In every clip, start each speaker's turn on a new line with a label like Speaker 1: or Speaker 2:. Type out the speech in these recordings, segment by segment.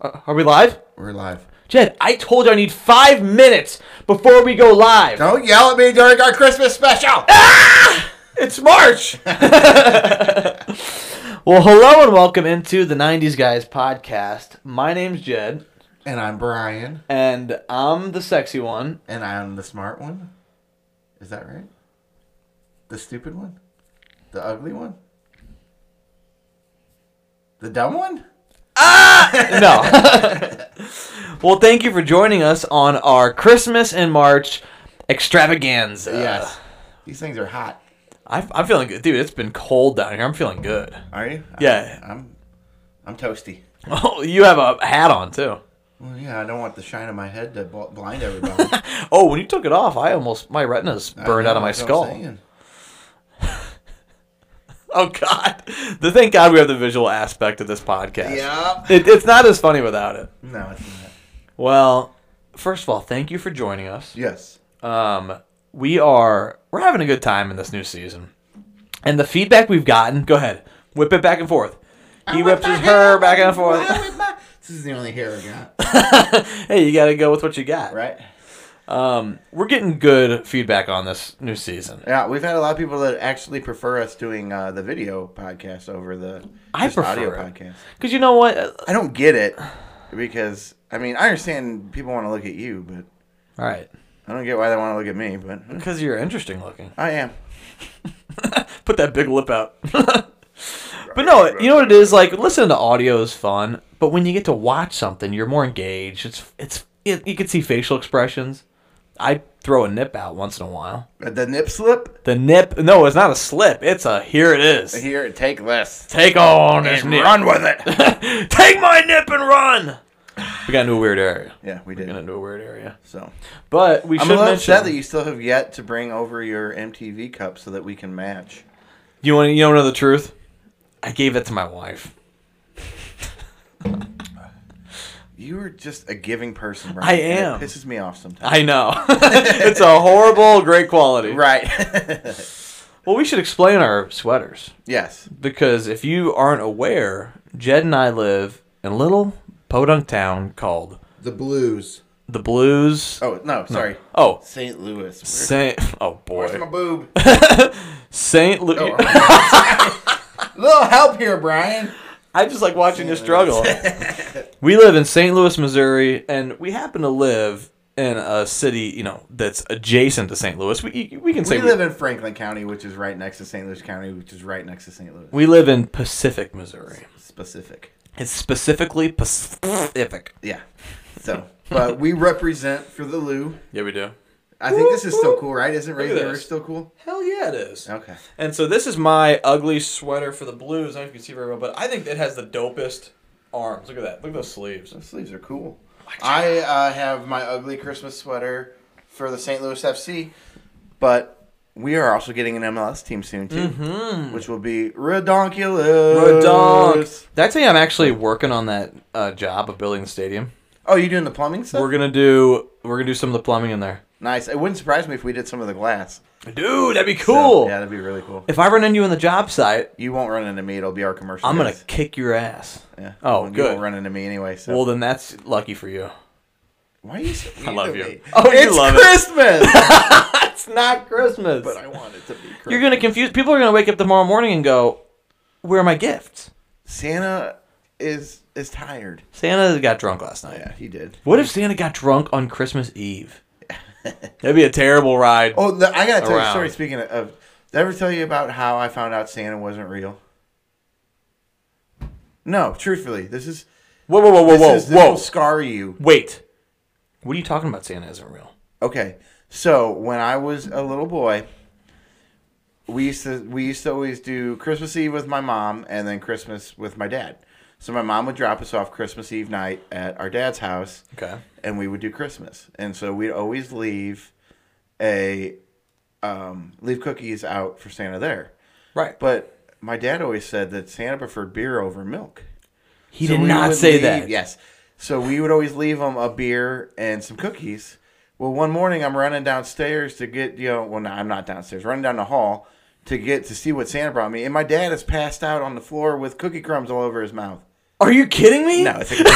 Speaker 1: Are we live?
Speaker 2: We're live.
Speaker 1: Jed, I told you I need five minutes before we go live.
Speaker 2: Don't yell at me during our Christmas special.
Speaker 1: Ah! It's March! well, hello and welcome into the 90s Guys podcast. My name's Jed,
Speaker 2: And I'm Brian,
Speaker 1: and I'm the sexy one.
Speaker 2: and I'm the smart one. Is that right? The stupid one? The ugly one? The dumb one?
Speaker 1: No. well, thank you for joining us on our Christmas in March extravaganza.
Speaker 2: yes. These things are hot.
Speaker 1: I, I'm feeling good. Dude, it's been cold down here. I'm feeling good.
Speaker 2: Are you?
Speaker 1: Yeah.
Speaker 2: I'm I'm toasty.
Speaker 1: Oh, you have a hat on, too.
Speaker 2: Well, yeah, I don't want the shine of my head to bl- blind everybody.
Speaker 1: Oh, when you took it off, I almost my retinas
Speaker 2: I
Speaker 1: burned
Speaker 2: know,
Speaker 1: out of my
Speaker 2: that's what I'm
Speaker 1: skull.
Speaker 2: saying.
Speaker 1: Oh God! The thank God we have the visual aspect of this podcast.
Speaker 2: Yeah.
Speaker 1: it, it's not as funny without it.
Speaker 2: No, it's not.
Speaker 1: Well, first of all, thank you for joining us.
Speaker 2: Yes.
Speaker 1: Um, we are we're having a good time in this new season, and the feedback we've gotten. Go ahead, whip it back and forth. He whips his hair back and forth.
Speaker 2: This is the only hair I got.
Speaker 1: hey, you got to go with what you got.
Speaker 2: Right?
Speaker 1: Um, we're getting good feedback on this new season.
Speaker 2: Yeah, we've had a lot of people that actually prefer us doing uh, the video podcast over the
Speaker 1: I
Speaker 2: just
Speaker 1: prefer
Speaker 2: audio
Speaker 1: it.
Speaker 2: podcast.
Speaker 1: Cause you know what?
Speaker 2: I don't get it because I mean I understand people want to look at you, but
Speaker 1: All right,
Speaker 2: I don't get why they want to look at me. But
Speaker 1: because you're interesting looking.
Speaker 2: I am.
Speaker 1: put that big lip out. but no, you know what it is like. Listening to audio is fun, but when you get to watch something, you're more engaged. It's it's it, you can see facial expressions. I throw a nip out once in a while.
Speaker 2: The nip slip
Speaker 1: The nip, no, it's not a slip. It's a here it is.
Speaker 2: here. Take less
Speaker 1: Take on this
Speaker 2: and
Speaker 1: nip.
Speaker 2: run with it.
Speaker 1: Take my nip and run. We got into a weird area.
Speaker 2: yeah, we
Speaker 1: We got
Speaker 2: did.
Speaker 1: into a weird area.
Speaker 2: So
Speaker 1: But we
Speaker 2: I'm a
Speaker 1: should
Speaker 2: little upset
Speaker 1: mention.
Speaker 2: that
Speaker 1: You,
Speaker 2: you still have yet to bring over your MTV cup so that we can match.
Speaker 1: want to you wanna know the truth? I gave it to my wife.
Speaker 2: You are just a giving person, Brian.
Speaker 1: I am.
Speaker 2: and It pisses me off sometimes.
Speaker 1: I know. it's a horrible, great quality.
Speaker 2: right.
Speaker 1: Well, we should explain our sweaters
Speaker 2: yes.
Speaker 1: because if you aren't aware, Jed and I live in a little podunk town called
Speaker 2: The Blues.
Speaker 1: the Blues.
Speaker 2: Oh no, sorry.
Speaker 1: Oh,
Speaker 2: St. Louis. Where-
Speaker 1: Saint. Oh
Speaker 2: Where's my
Speaker 1: boy,
Speaker 2: boob?
Speaker 1: Saint Louis.
Speaker 2: Oh, little help here, Brian.
Speaker 1: I just like watching you
Speaker 2: Saint
Speaker 1: struggle. we live in St. Louis, Missouri, and we happen to live in a city you know that's adjacent to St. Louis. We we can say
Speaker 2: We live in Franklin County, which is right next to St. Louis County, which is right next to St. Louis.
Speaker 1: we live in Pacific, Missouri.
Speaker 2: Specific.
Speaker 1: It's specifically Pacific.
Speaker 2: Yeah. So, but we represent for the Lou.
Speaker 1: Yeah, we do.
Speaker 2: I think this is still cool, right? Isn't
Speaker 1: Look at
Speaker 2: Raven River
Speaker 1: this.
Speaker 2: still cool?
Speaker 1: Hell yeah, it is.
Speaker 2: Okay.
Speaker 1: And so this is my ugly sweater for the blues. I don't know if you can see very well, but I think it has the dopest arms. Look at that. Look at those sleeves.
Speaker 2: Those sleeves are cool. I uh, have my ugly Christmas sweater for the St. Louis FC, but we are also getting an MLS team soon too, which will be redonkulous.
Speaker 1: Mm-hmm. Redonk. That's I'm actually working on that uh, job of building the stadium.
Speaker 2: Oh, you doing the plumbing stuff?
Speaker 1: We're gonna do we're gonna do some of the plumbing in there.
Speaker 2: nice. It wouldn't surprise me if we did some of the glass.
Speaker 1: Dude, that'd be
Speaker 2: So,
Speaker 1: cool.
Speaker 2: yeah, that'd be really cool.
Speaker 1: If I run into you on the job site,
Speaker 2: You won't run into me. It'll be our commercial.
Speaker 1: I'm gonna
Speaker 2: guys.
Speaker 1: kick your ass.
Speaker 2: Yeah.
Speaker 1: Oh,
Speaker 2: you
Speaker 1: good.
Speaker 2: won't run into me anyway. So
Speaker 1: Well, then that's lucky for you.
Speaker 2: why are you? So mean
Speaker 1: love
Speaker 2: to
Speaker 1: you.
Speaker 2: me?
Speaker 1: Oh, you
Speaker 2: it's
Speaker 1: love it.
Speaker 2: Christmas.
Speaker 1: That's not Christmas.
Speaker 2: but I want it to be. Christmas.
Speaker 1: You're gonna confuse people. Are gonna wake up tomorrow morning and go, "Where are my gifts?"
Speaker 2: Santa is is tired.
Speaker 1: Santa got drunk last night.
Speaker 2: Yeah, he did.
Speaker 1: What if Santa got drunk on Christmas Eve? That'd be a terrible ride.
Speaker 2: Oh, the, I gotta tell you a story.
Speaker 1: Around.
Speaker 2: Speaking of, of, did I ever tell you about how I found out Santa wasn't real? No, truthfully, this is
Speaker 1: Whoa, whoa, whoa, whoa,
Speaker 2: this,
Speaker 1: whoa,
Speaker 2: is, this
Speaker 1: whoa!
Speaker 2: will scar you.
Speaker 1: Wait, what are you talking about? Santa isn't real.
Speaker 2: Okay, so when I was a little boy, we used to we used to always do Christmas Eve with my mom and then Christmas with my dad. So my mom would drop us off Christmas Eve night at our dad's house.
Speaker 1: Okay.
Speaker 2: and we would do Christmas. And so we'd always leave a um, leave cookies out for Santa there.
Speaker 1: Right.
Speaker 2: But my dad always said that Santa preferred beer over milk.
Speaker 1: He
Speaker 2: So
Speaker 1: did
Speaker 2: we
Speaker 1: not
Speaker 2: would
Speaker 1: say
Speaker 2: leave-
Speaker 1: that.
Speaker 2: Yes. So we would always leave him a beer and some cookies. Well, one morning I'm running downstairs to get, you know, well, no, I'm not downstairs, running down the hall to get to see what Santa brought me. And my dad is passed out on the floor with cookie crumbs all over his mouth.
Speaker 1: Are you kidding me?
Speaker 2: No, it's a computer.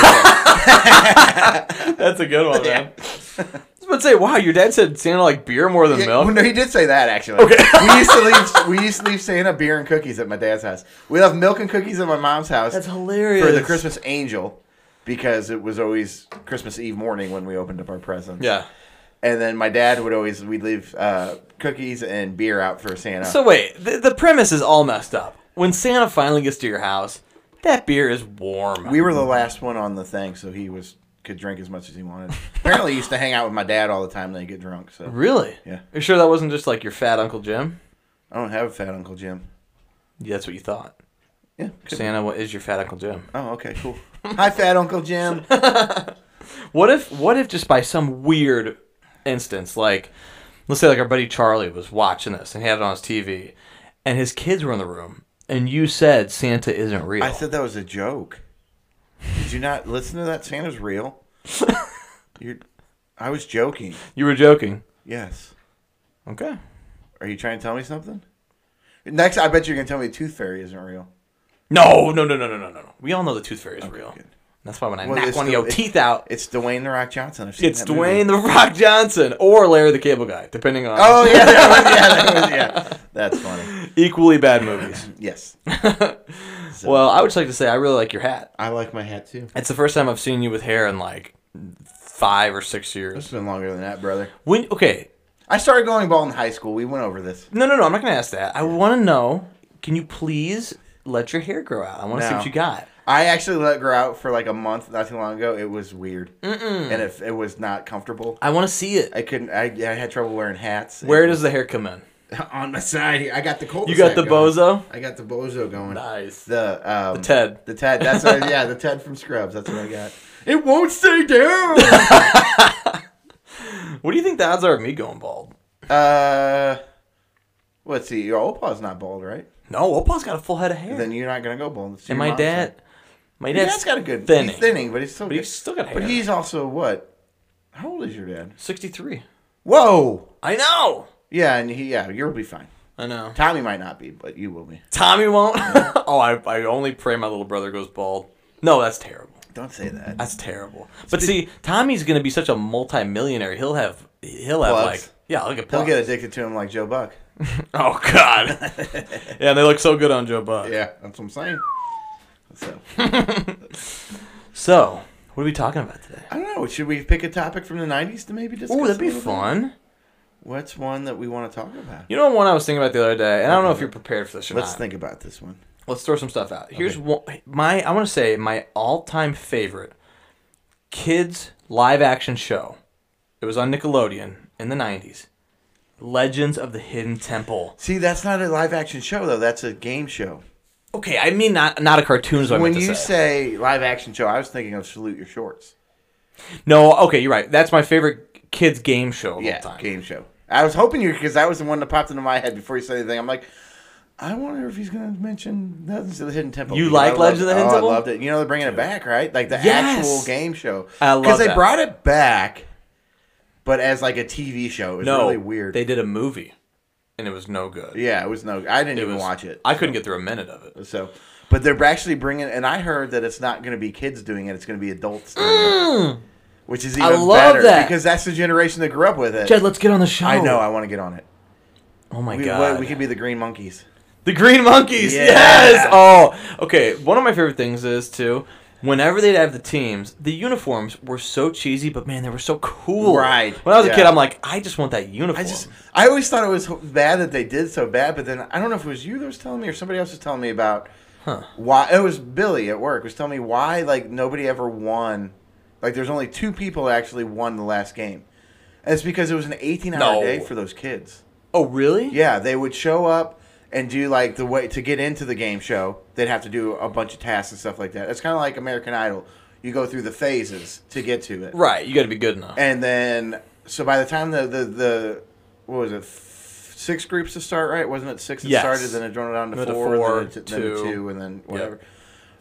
Speaker 1: That's a good one, man. I was about to say, wow, your dad said Santa like beer more than
Speaker 2: Yeah,
Speaker 1: milk.
Speaker 2: well, no, he did say that actually.
Speaker 1: Okay.
Speaker 2: we used to leave. We used to leave Santa beer and cookies at my dad's house. We left milk and cookies at my mom's house.
Speaker 1: That's hilarious.
Speaker 2: for the Christmas angel because it was always Christmas Eve morning when we opened up our presents.
Speaker 1: Yeah.
Speaker 2: And then my dad would always we'd leave uh, cookies and beer out for Santa.
Speaker 1: So wait, the, the premise is all messed up. When Santa finally gets to your house, that beer is warm.
Speaker 2: we were the last one on the thing, so he was could drink as much as he wanted. Apparently, he used to hang out with my dad all the time. They get drunk. So
Speaker 1: really?
Speaker 2: Yeah.
Speaker 1: You sure that wasn't just like your fat Uncle Jim?
Speaker 2: I don't have a fat Uncle Jim.
Speaker 1: Yeah, that's what you thought.
Speaker 2: Yeah. could-
Speaker 1: Santa wa- is your fat Uncle Jim.
Speaker 2: Oh, okay, cool. Hi, fat Uncle Jim.
Speaker 1: What if what if just by some weird instance, like let's say like our buddy Charlie was watching this and he had it on his TV and his kids were in the room and you said Santa isn't real.
Speaker 2: I said that was a joke. Did you not listen to that? Santa's real. You're, I was joking.
Speaker 1: you were joking.
Speaker 2: Yes.
Speaker 1: Okay.
Speaker 2: Are you trying to tell me something? Next, I bet you're gonna tell me the Tooth Fairy isn't real.
Speaker 1: No, no, no, no, no, no, no. We all know the tooth fairy is real.
Speaker 2: good.
Speaker 1: That's why when I
Speaker 2: Well,
Speaker 1: knock
Speaker 2: it's
Speaker 1: one of
Speaker 2: the-
Speaker 1: your teeth out,
Speaker 2: It's Dwayne the Rock Johnson. I've seen
Speaker 1: it's
Speaker 2: that movie.
Speaker 1: Dwayne the Rock Johnson or Larry the Cable Guy, depending on
Speaker 2: Oh yeah, that was, yeah, that was, yeah. That's funny.
Speaker 1: equally bad movies.
Speaker 2: Yes,
Speaker 1: well, I would just like to say I really like your hat.
Speaker 2: I like my hat too.
Speaker 1: It's the first time I've seen you with hair in like five or six years.
Speaker 2: It's been longer than that, brother.
Speaker 1: When okay,
Speaker 2: I started going bald in high school. We went over this.
Speaker 1: no, no, no, I'm not gonna ask that. I want to know. Can you please let your hair grow out? I want to see
Speaker 2: No.
Speaker 1: what you got.
Speaker 2: I actually let grow out for like a month not too long ago. It was weird, and if it was not comfortable,
Speaker 1: I want to see it.
Speaker 2: I couldn't. I, I had trouble wearing hats.
Speaker 1: Where does the hair come in?
Speaker 2: on my side here? I got the cold.
Speaker 1: You got the bozo.
Speaker 2: I got the bozo going.
Speaker 1: Nice.
Speaker 2: The um, the
Speaker 1: Ted.
Speaker 2: The Ted. That's what, yeah, the Ted from Scrubs. That's what I got. It won't stay down.
Speaker 1: What do you think the odds are of me going bald?
Speaker 2: uh, let's see. Your opa's not bald, right?
Speaker 1: No, Opa's got a full head of hair.
Speaker 2: Then you're not gonna go bald. It's your
Speaker 1: and my
Speaker 2: mom's
Speaker 1: dad,
Speaker 2: side.
Speaker 1: my
Speaker 2: Your
Speaker 1: dad's
Speaker 2: dad's got a good
Speaker 1: thinning.
Speaker 2: He's thinning, but he's still.
Speaker 1: But he's still got hair.
Speaker 2: But he's also what? How old is your dad?
Speaker 1: 63.
Speaker 2: Whoa.
Speaker 1: I know.
Speaker 2: Yeah, and he yeah, you'll be fine.
Speaker 1: I know.
Speaker 2: Tommy might not be, but you will be.
Speaker 1: Tommy won't. oh, I, I only pray my little brother goes bald. No, that's terrible.
Speaker 2: Don't say that.
Speaker 1: That's terrible. But see, Tommy's gonna be such a multimillionaire. He'll have he'll have
Speaker 2: Plugs.
Speaker 1: like yeah, look at
Speaker 2: He'll
Speaker 1: plugs.
Speaker 2: get addicted to him like Joe Buck.
Speaker 1: Oh God. yeah, and they look so good on Joe Buck.
Speaker 2: Yeah, that's what I'm saying. So
Speaker 1: So, what are we talking about today?
Speaker 2: I don't know. Should we pick a topic from the '90s to maybe discuss?
Speaker 1: Oh, that'd
Speaker 2: a
Speaker 1: be
Speaker 2: little bit?
Speaker 1: fun.
Speaker 2: What's one that we want to talk about?
Speaker 1: You know one I was thinking about the other day, and I don't know if you're prepared for this or
Speaker 2: Let's
Speaker 1: not.
Speaker 2: think about this one.
Speaker 1: Let's throw some stuff out. Here's one, my I want to say my all-time favorite kids live action show. It was on Nickelodeon in the 90s. Legends of the Hidden Temple.
Speaker 2: See, that's not a live action show though. That's a game show.
Speaker 1: Okay, I mean not not a cartoon is what I
Speaker 2: when
Speaker 1: meant to
Speaker 2: you
Speaker 1: say.
Speaker 2: say live action show, I was thinking of Salute Your Shorts.
Speaker 1: No, okay, you're right. That's my favorite kids game show of
Speaker 2: Yeah,
Speaker 1: all time.
Speaker 2: game show. I was hoping you because that was the one that popped into my head before you said anything. I'm like, I wonder if he's going to mention Legends of the Hidden Temple.
Speaker 1: You
Speaker 2: because
Speaker 1: like
Speaker 2: I loved-
Speaker 1: Legends of the Hidden
Speaker 2: oh,
Speaker 1: Temple?
Speaker 2: I loved it. You know they're bringing it back, right? Like the
Speaker 1: Yes!
Speaker 2: actual game show.
Speaker 1: I love
Speaker 2: they
Speaker 1: that.
Speaker 2: brought it back, but as like a TV show. It was
Speaker 1: No,
Speaker 2: really weird.
Speaker 1: They did a movie and it was no good.
Speaker 2: yeah, it was no. I didn't
Speaker 1: It
Speaker 2: even
Speaker 1: was-
Speaker 2: watch it.
Speaker 1: I couldn't get through a minute of it.
Speaker 2: So, but they're actually bringing, and I heard that it's not going to be kids doing it; it's going to be adults doing
Speaker 1: Hmm.
Speaker 2: it, which is even
Speaker 1: Mm. love
Speaker 2: better
Speaker 1: that.
Speaker 2: because that's the generation that grew up with it.
Speaker 1: Jed, let's get on the show.
Speaker 2: I know. I want to get on it.
Speaker 1: Oh my
Speaker 2: We,
Speaker 1: god.
Speaker 2: we, we could be the Green Monkeys.
Speaker 1: The Green Monkeys.
Speaker 2: Yeah.
Speaker 1: Yes. Oh, okay. One of my favorite things is too. Whenever they'd have the teams, the uniforms were so cheesy, but man, they were so cool.
Speaker 2: Right,
Speaker 1: When I was a
Speaker 2: yeah.
Speaker 1: kid, I'm like, I just want that uniform.
Speaker 2: I just, I always thought it was h- bad that they did so bad, but then I don't know if it was you that was telling me or somebody else was telling me about why it was Billy at work was telling me why like nobody ever won, like there's only two people that actually won the last game, and it's because it was an 18 hour
Speaker 1: No.
Speaker 2: day for those kids.
Speaker 1: oh, really?
Speaker 2: Yeah, they would show up and do like the way to get into the game show. They'd have to do a bunch of tasks and stuff like that. It's kind of like American Idol. You go through the phases to get to it,
Speaker 1: Right. You got to be good enough.
Speaker 2: and then so by the time the the, the what was it, f- six groups to start right? Wasn't it six that
Speaker 1: Yes.
Speaker 2: started? Then it dropped down to
Speaker 1: Then to
Speaker 2: four,
Speaker 1: four,
Speaker 2: then, to, then to
Speaker 1: two.
Speaker 2: two, and then whatever.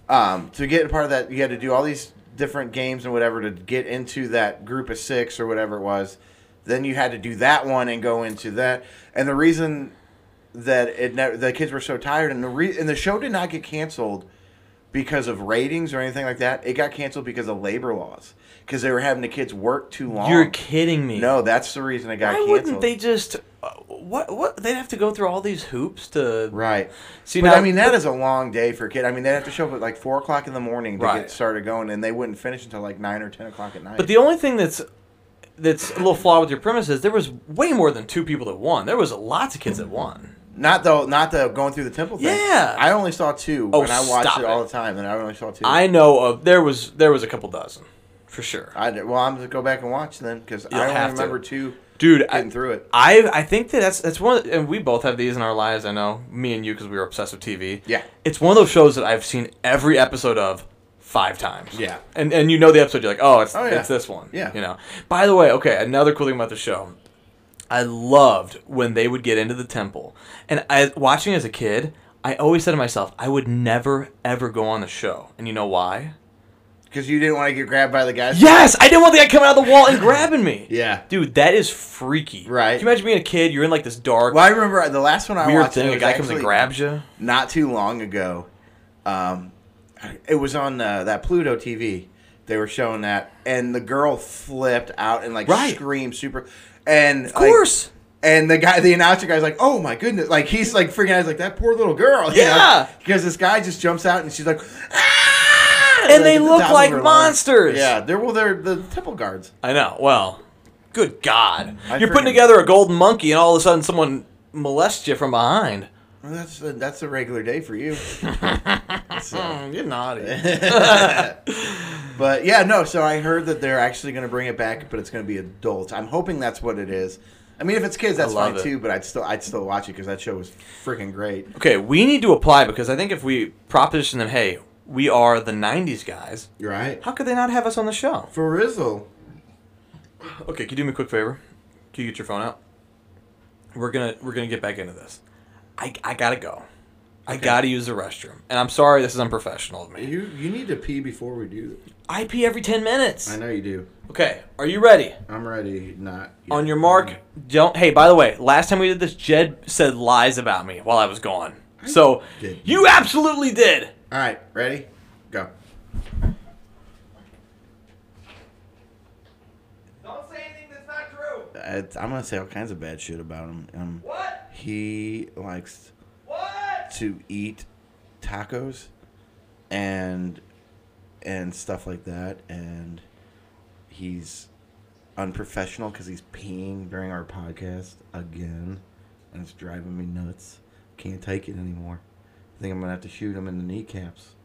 Speaker 2: Um, to get a part of that, you had to do all these different games and whatever to get into that group of six or whatever it was. Then you had to do that one and go into that. And the reason that it never, the kids were so tired, and the re- and the show did not get canceled because of ratings or anything like that. It got canceled because of labor laws because they were having the kids work too long.
Speaker 1: You're kidding me.
Speaker 2: No, that's the reason it got
Speaker 1: Why
Speaker 2: canceled.
Speaker 1: wouldn't they just? uh, What what they'd have to go through all these hoops to
Speaker 2: Right.
Speaker 1: See,
Speaker 2: but
Speaker 1: now-
Speaker 2: I mean, that is a long day for a kid. I mean, they'd have to show up at like four o'clock in the morning to
Speaker 1: Right.
Speaker 2: get started going, and they wouldn't finish until like nine or ten o'clock at night.
Speaker 1: But the only thing that's that's a little flawed with your premise is there was way more than two people that won. There was lots of kids that won.
Speaker 2: not though, not the going through the temple thing.
Speaker 1: Yeah.
Speaker 2: I only saw two,
Speaker 1: Oh,
Speaker 2: and I watched
Speaker 1: stop
Speaker 2: it all
Speaker 1: it.
Speaker 2: the time, and I only saw two.
Speaker 1: I know of there was there was a couple dozen for sure.
Speaker 2: I did- well, I'm gonna go back and watch then because
Speaker 1: You'll
Speaker 2: I only
Speaker 1: have to.
Speaker 2: remember two
Speaker 1: Dude,
Speaker 2: getting
Speaker 1: I,
Speaker 2: through it.
Speaker 1: I I think that that's that's one of the- and we both have these in our lives. I know me and you because we were obsessed with TV.
Speaker 2: Yeah.
Speaker 1: it's one of those shows that I've seen every episode of five times.
Speaker 2: Yeah.
Speaker 1: and and you know the episode. You're like, oh, it's
Speaker 2: Oh, yeah.
Speaker 1: it's this one.
Speaker 2: Yeah.
Speaker 1: you know. By the way, okay, another cool thing about the show. I loved when they would get into the temple, and I watching as a kid, I always said to myself, I would never ever go on the show, and you know why?
Speaker 2: Because you didn't want to get grabbed by the guys.
Speaker 1: Yes, I didn't want the guy coming out of the wall and grabbing me.
Speaker 2: Yeah.
Speaker 1: Dude, that is freaky.
Speaker 2: Right.
Speaker 1: Can you imagine being a kid? You're in like this dark,
Speaker 2: Well, I remember the last one I
Speaker 1: weird
Speaker 2: watched. it
Speaker 1: thing. A
Speaker 2: was
Speaker 1: guy comes and
Speaker 2: actually
Speaker 1: grabs you.
Speaker 2: Not too long ago, um, it was on uh, that Pluto TV. They were showing that, and the girl flipped out and like
Speaker 1: Right.
Speaker 2: screamed super. And
Speaker 1: Of course.
Speaker 2: and the guy, the announcer guy's like, "Oh my goodness!" Like he's like freaking out. He's like, "That poor little girl." you know?
Speaker 1: Yeah.
Speaker 2: Because this guy just jumps out and she's like, "Ah!"
Speaker 1: And they
Speaker 2: at the
Speaker 1: look
Speaker 2: top of
Speaker 1: like
Speaker 2: her lungs.
Speaker 1: monsters.
Speaker 2: Yeah. They're well, they're the temple guards.
Speaker 1: I know. Well, good God.
Speaker 2: I
Speaker 1: You're
Speaker 2: freaking-
Speaker 1: putting together a golden monkey, and all of a sudden someone molests you from behind.
Speaker 2: Well, that's a, that's a regular day for you. So-
Speaker 1: Mm, You're naughty.
Speaker 2: But yeah, no. So I heard that they're actually going to bring it back, but it's going to be adults. I'm hoping that's what it is. I mean, if it's kids, that's
Speaker 1: love
Speaker 2: fine
Speaker 1: it.
Speaker 2: too. But I'd still I'd still watch it because that show was freaking great.
Speaker 1: okay, we need to apply because I think if we proposition them, hey, we are the '90s guys.
Speaker 2: Right.
Speaker 1: How could they not have us on the show?
Speaker 2: For Rizzle.
Speaker 1: Okay, can you do me a quick favor? Can you get your phone out? We're gonna we're gonna get back into this. I, I gotta go. I gotta use the restroom, and I'm sorry this is unprofessional of me.
Speaker 2: You you need to pee before we do.
Speaker 1: I pee every ten minutes.
Speaker 2: know you do.
Speaker 1: Okay, are you ready?
Speaker 2: I'm ready. Not
Speaker 1: On your mark, don't. Hey, by the way, last time we did this, Jed said lies about me while I was gone. So
Speaker 2: didn't.
Speaker 1: you absolutely did.
Speaker 2: All right. Ready? Go.
Speaker 3: Don't say anything that's not true.
Speaker 2: I'm gonna say all kinds of bad shit about him. Um,
Speaker 3: What?
Speaker 2: he likes
Speaker 3: What?
Speaker 2: to eat tacos and and stuff like that and he's unprofessional because he's peeing during our podcast again and it's driving me nuts can't take it anymore i think i'm gonna have to shoot him in the kneecaps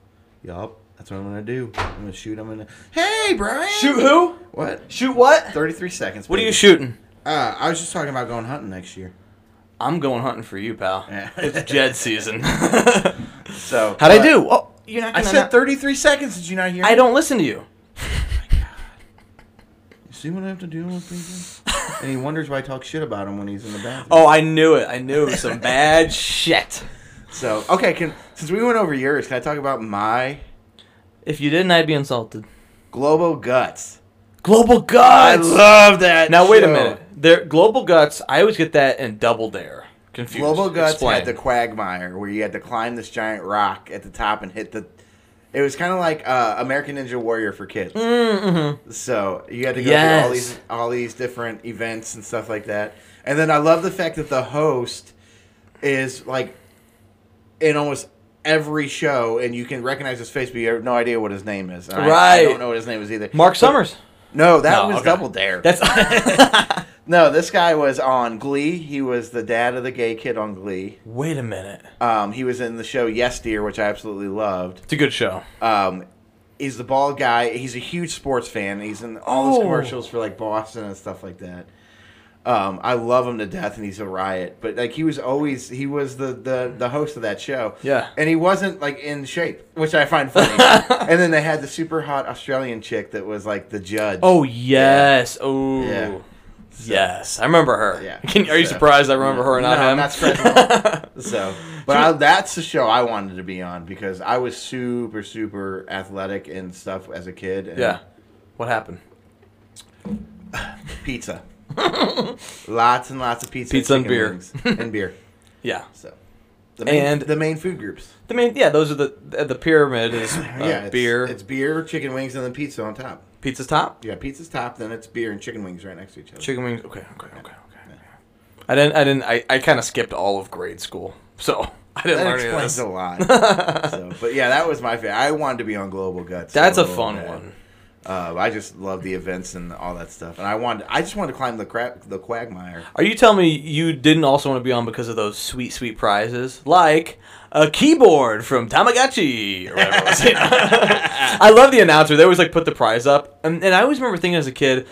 Speaker 2: yup that's what i'm gonna do i'm gonna shoot him in the hey brian
Speaker 1: Shoot who?
Speaker 2: what
Speaker 1: Shoot what?
Speaker 2: 33 seconds
Speaker 1: What are
Speaker 2: baby.
Speaker 1: you shooting?
Speaker 2: uh, i was just talking about going hunting next year
Speaker 1: I'm going hunting for you, pal.
Speaker 2: Yeah.
Speaker 1: It's Jed season.
Speaker 2: so
Speaker 1: How'd I
Speaker 2: but-
Speaker 1: do? Oh, you're not
Speaker 2: i
Speaker 1: gonna.
Speaker 2: said 33 seconds did you not hear
Speaker 1: I
Speaker 2: me?
Speaker 1: don't listen to you.
Speaker 2: You see what I have to deal with people? and he wonders why I talk shit about him when he's in the bathroom.
Speaker 1: Oh, I knew it. I knew it was some bad shit.
Speaker 2: So okay, can since we went over yours, can I talk about my
Speaker 1: If you didn't, I'd be insulted.
Speaker 2: Globo Guts?
Speaker 1: Global
Speaker 2: I
Speaker 1: Guts.
Speaker 2: love that.
Speaker 1: now wait a
Speaker 2: show.
Speaker 1: minute. There, Global Guts. I always get that and Double Dare confused.
Speaker 2: Globo Guts
Speaker 1: Explain.
Speaker 2: had the quagmire where you had to climb this giant rock at the top and hit the. It was kind of like uh, American Ninja Warrior for kids. Mm-hmm. So you had to go through all
Speaker 1: Mm, Yes.
Speaker 2: these all these different events and stuff like that. And then I love the fact that the host is like in almost every show, and you can recognize his face, but you have no idea what his name is. And I- I,
Speaker 1: Right.
Speaker 2: don't know what his name is either.
Speaker 1: Mark
Speaker 2: But-
Speaker 1: Summers.
Speaker 2: No, that
Speaker 1: No,
Speaker 2: was
Speaker 1: okay.
Speaker 2: Double Dare.
Speaker 1: That's
Speaker 2: no, this guy was on Glee. He was the dad of the gay kid on Glee.
Speaker 1: Wait a minute.
Speaker 2: Um, he was in the show Yes Dear, which I absolutely loved.
Speaker 1: It's a good show.
Speaker 2: Um, he's the bald guy. He's a huge sports fan. He's in all those
Speaker 1: Oh.
Speaker 2: commercials for like Boston and stuff like that. Um, I love him to death, and he's a riot. But like he was always, he was the the the host of that show.
Speaker 1: Yeah.
Speaker 2: and he wasn't like in shape, which I find funny. and then they had the super hot Australian chick that was like the judge.
Speaker 1: Oh yes. Oh.
Speaker 2: Yeah.
Speaker 1: Yes, I remember her.
Speaker 2: Yeah.
Speaker 1: Can, are you
Speaker 2: So-
Speaker 1: surprised I remember her and not
Speaker 2: no,
Speaker 1: him?
Speaker 2: not surprised at all. so, but I, that's the show I wanted to be on because I was super, super athletic and stuff as a kid. And
Speaker 1: yeah. What happened?
Speaker 2: Pizza. lots and lots of pizza.
Speaker 1: Pizza and
Speaker 2: chicken
Speaker 1: beer.
Speaker 2: wings and beer.
Speaker 1: Yeah.
Speaker 2: So, The main,
Speaker 1: And-
Speaker 2: the main food groups.
Speaker 1: I mean, yeah, those are the the pyramid is uh,
Speaker 2: yeah, it's,
Speaker 1: beer,
Speaker 2: It's beer, chicken wings, and then pizza on top.
Speaker 1: pizza's top,
Speaker 2: Yeah, pizza's top, then it's beer and chicken wings right next to each other.
Speaker 1: chicken wings. Okay, okay, okay, okay. I didn't, I didn't, I, I kind of skipped all of grade school, so I didn't
Speaker 2: that
Speaker 1: learn any of
Speaker 2: explains
Speaker 1: this.
Speaker 2: a lot. so, but yeah, that was my favorite. I wanted to be on Global Guts. so
Speaker 1: That's a
Speaker 2: bad.
Speaker 1: fun one.
Speaker 2: Uh, I just love the events and all that stuff, and I wanted. I just wanted to climb the crap, the quagmire.
Speaker 1: Are you telling me you didn't also want to be on because of those sweet, sweet prizes? Like a keyboard from Tamagotchi or whatever it was. I love the announcer. They always like put the prize up. And, and I always remember thinking as a kid,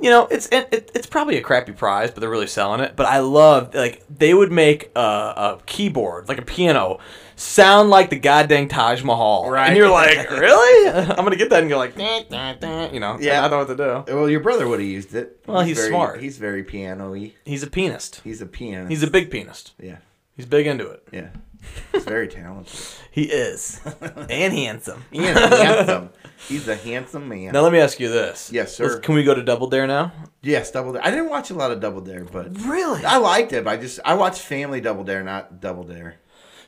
Speaker 1: you know, it's it, it, it's probably a crappy prize, but they're really selling it. But I love like they would make a, a keyboard, like a piano, sound like the goddamn Taj Mahal.
Speaker 2: Right.
Speaker 1: And you're like, really? I'm gonna get that, and you're like, "Dun, dun, dun," you know,
Speaker 2: Yeah.
Speaker 1: I don't know what to do.
Speaker 2: Well, your brother would have used it.
Speaker 1: Well, he's
Speaker 2: very,
Speaker 1: smart.
Speaker 2: He's very piano-y.
Speaker 1: He's a pianist.
Speaker 2: He's a pianist.
Speaker 1: He's a big pianist.
Speaker 2: yeah,
Speaker 1: He's big into it.
Speaker 2: yeah. He's very talented.
Speaker 1: He is. and handsome.
Speaker 2: He is handsome. He's a handsome man.
Speaker 1: Now let me ask you this.
Speaker 2: Yes, sir.
Speaker 1: can we go to Double Dare now?
Speaker 2: Yes, Double Dare. I didn't watch a lot of Double Dare, but
Speaker 1: Really?
Speaker 2: I liked it. But I just I watched Family Double Dare, not Double Dare.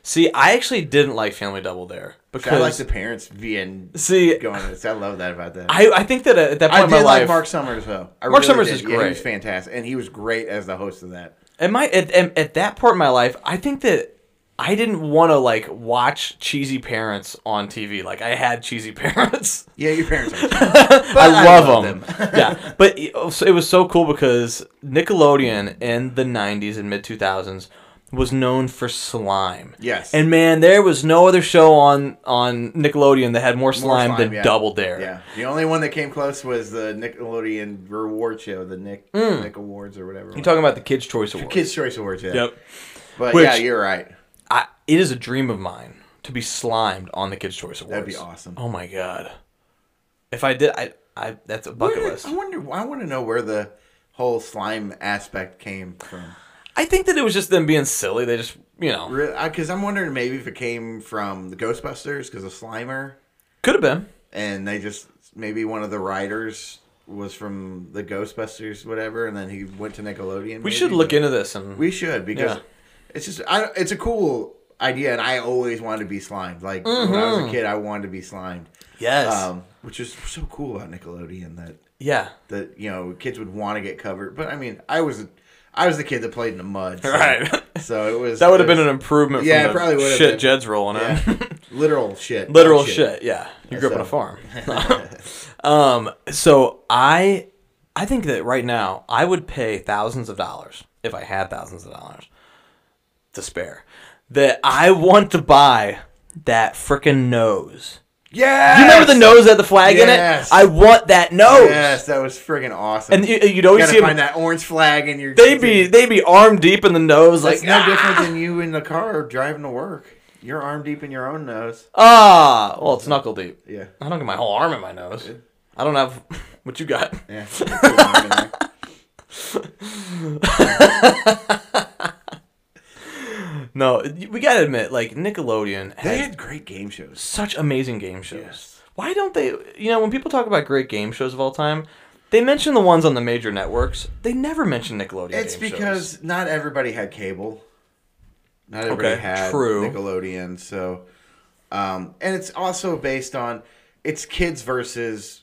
Speaker 1: See, I actually didn't like Family Double Dare because
Speaker 2: I like the parents being
Speaker 1: see,
Speaker 2: going to this. I love that about that.
Speaker 1: I, I think that at that point
Speaker 2: I
Speaker 1: in
Speaker 2: did
Speaker 1: my
Speaker 2: like
Speaker 1: life,
Speaker 2: Mark Summers though. I
Speaker 1: Mark Summers
Speaker 2: did.
Speaker 1: is
Speaker 2: Yeah, he
Speaker 1: great.
Speaker 2: was fantastic, and he was great as the host of that.
Speaker 1: at my at, at, at that point in my life, I think that I didn't want to like watch cheesy parents on TV. Like I had cheesy parents.
Speaker 2: Yeah, your parents. Are
Speaker 1: I
Speaker 2: I
Speaker 1: love,
Speaker 2: love
Speaker 1: them. yeah, but it also- it was so cool because Nickelodeon in the '90s and mid 2000s was known for slime.
Speaker 2: Yes.
Speaker 1: And man, there was no other show on on Nickelodeon that had more slime,
Speaker 2: slime,
Speaker 1: than
Speaker 2: yeah.
Speaker 1: Double Dare.
Speaker 2: yeah, the only one that came close was the Nickelodeon Reward Show, the Nick Nick Awards or whatever.
Speaker 1: You're Hmm. talking about the Kids Choice Awards.
Speaker 2: Kids Choice Awards. Yeah.
Speaker 1: Yep.
Speaker 2: But
Speaker 1: Which-
Speaker 2: yeah, you're right.
Speaker 1: I, it is a dream of mine to be slimed on the Kids Choice Awards.
Speaker 2: That'd be awesome.
Speaker 1: Oh my god. If I did, I, I that's a bucket
Speaker 2: Where-
Speaker 1: list.
Speaker 2: I wonder. I want to know where the whole slime aspect came from.
Speaker 1: I think that it was just them being silly. They just, you know,
Speaker 2: Because I'm wondering maybe if it came from the Ghostbusters because of Slimer,
Speaker 1: could have been.
Speaker 2: and they just maybe one of the writers was from the Ghostbusters, whatever, and then he went to Nickelodeon.
Speaker 1: We should look into this and
Speaker 2: We should because
Speaker 1: Yeah.
Speaker 2: it's just I, it's a cool idea, and I always wanted to be slimed. Like when I was a kid, I wanted to be slimed.
Speaker 1: Mm-hmm. yes,
Speaker 2: Um, which is so cool about Nickelodeon that
Speaker 1: yeah.
Speaker 2: that you know kids would want to get covered. But I mean, I was I was the kid that played in the mud, so,
Speaker 1: Right.
Speaker 2: So it was
Speaker 1: That would have
Speaker 2: it
Speaker 1: been an
Speaker 2: was-
Speaker 1: improvement.
Speaker 2: Yeah,
Speaker 1: from
Speaker 2: it
Speaker 1: the
Speaker 2: probably would have
Speaker 1: shit
Speaker 2: been.
Speaker 1: Jed's rolling in.
Speaker 2: yeah, literal shit,
Speaker 1: literal
Speaker 2: not
Speaker 1: shit. Yeah, you grew up on a farm. um, so I, I think that right now I would pay thousands of dollars if I had thousands of dollars to spare. That I want to buy that frickin' nose.
Speaker 2: Yes,
Speaker 1: You remember the nose that had the flag
Speaker 2: Yes.
Speaker 1: in it? I want that nose.
Speaker 2: Yes, that was friggin' awesome.
Speaker 1: And you, you'd
Speaker 2: you
Speaker 1: always
Speaker 2: gotta
Speaker 1: see
Speaker 2: find
Speaker 1: them.
Speaker 2: that orange flag, and you're
Speaker 1: They'd be they'd be arm deep in the nose,
Speaker 2: It's
Speaker 1: like
Speaker 2: no
Speaker 1: "Ah!"
Speaker 2: different than you in the car driving to work. You're arm deep in your own nose.
Speaker 1: ah. Well, it's knuckle deep.
Speaker 2: Yeah.
Speaker 1: I don't get my whole arm in my nose. I don't have what you got.
Speaker 2: Yeah. Put your arm in there.
Speaker 1: No, we gotta admit, like Nickelodeon
Speaker 2: they
Speaker 1: had
Speaker 2: had great game shows.
Speaker 1: such amazing game shows.
Speaker 2: Yes.
Speaker 1: Why don't they? You know, when people talk about great game shows of all time, they mention the ones on the major networks. They never mention Nickelodeon.
Speaker 2: It's
Speaker 1: game
Speaker 2: because
Speaker 1: shows.
Speaker 2: not everybody had cable. Not everybody
Speaker 1: Okay,
Speaker 2: had
Speaker 1: true.
Speaker 2: Nickelodeon. So, um, and it's also based on it's kids versus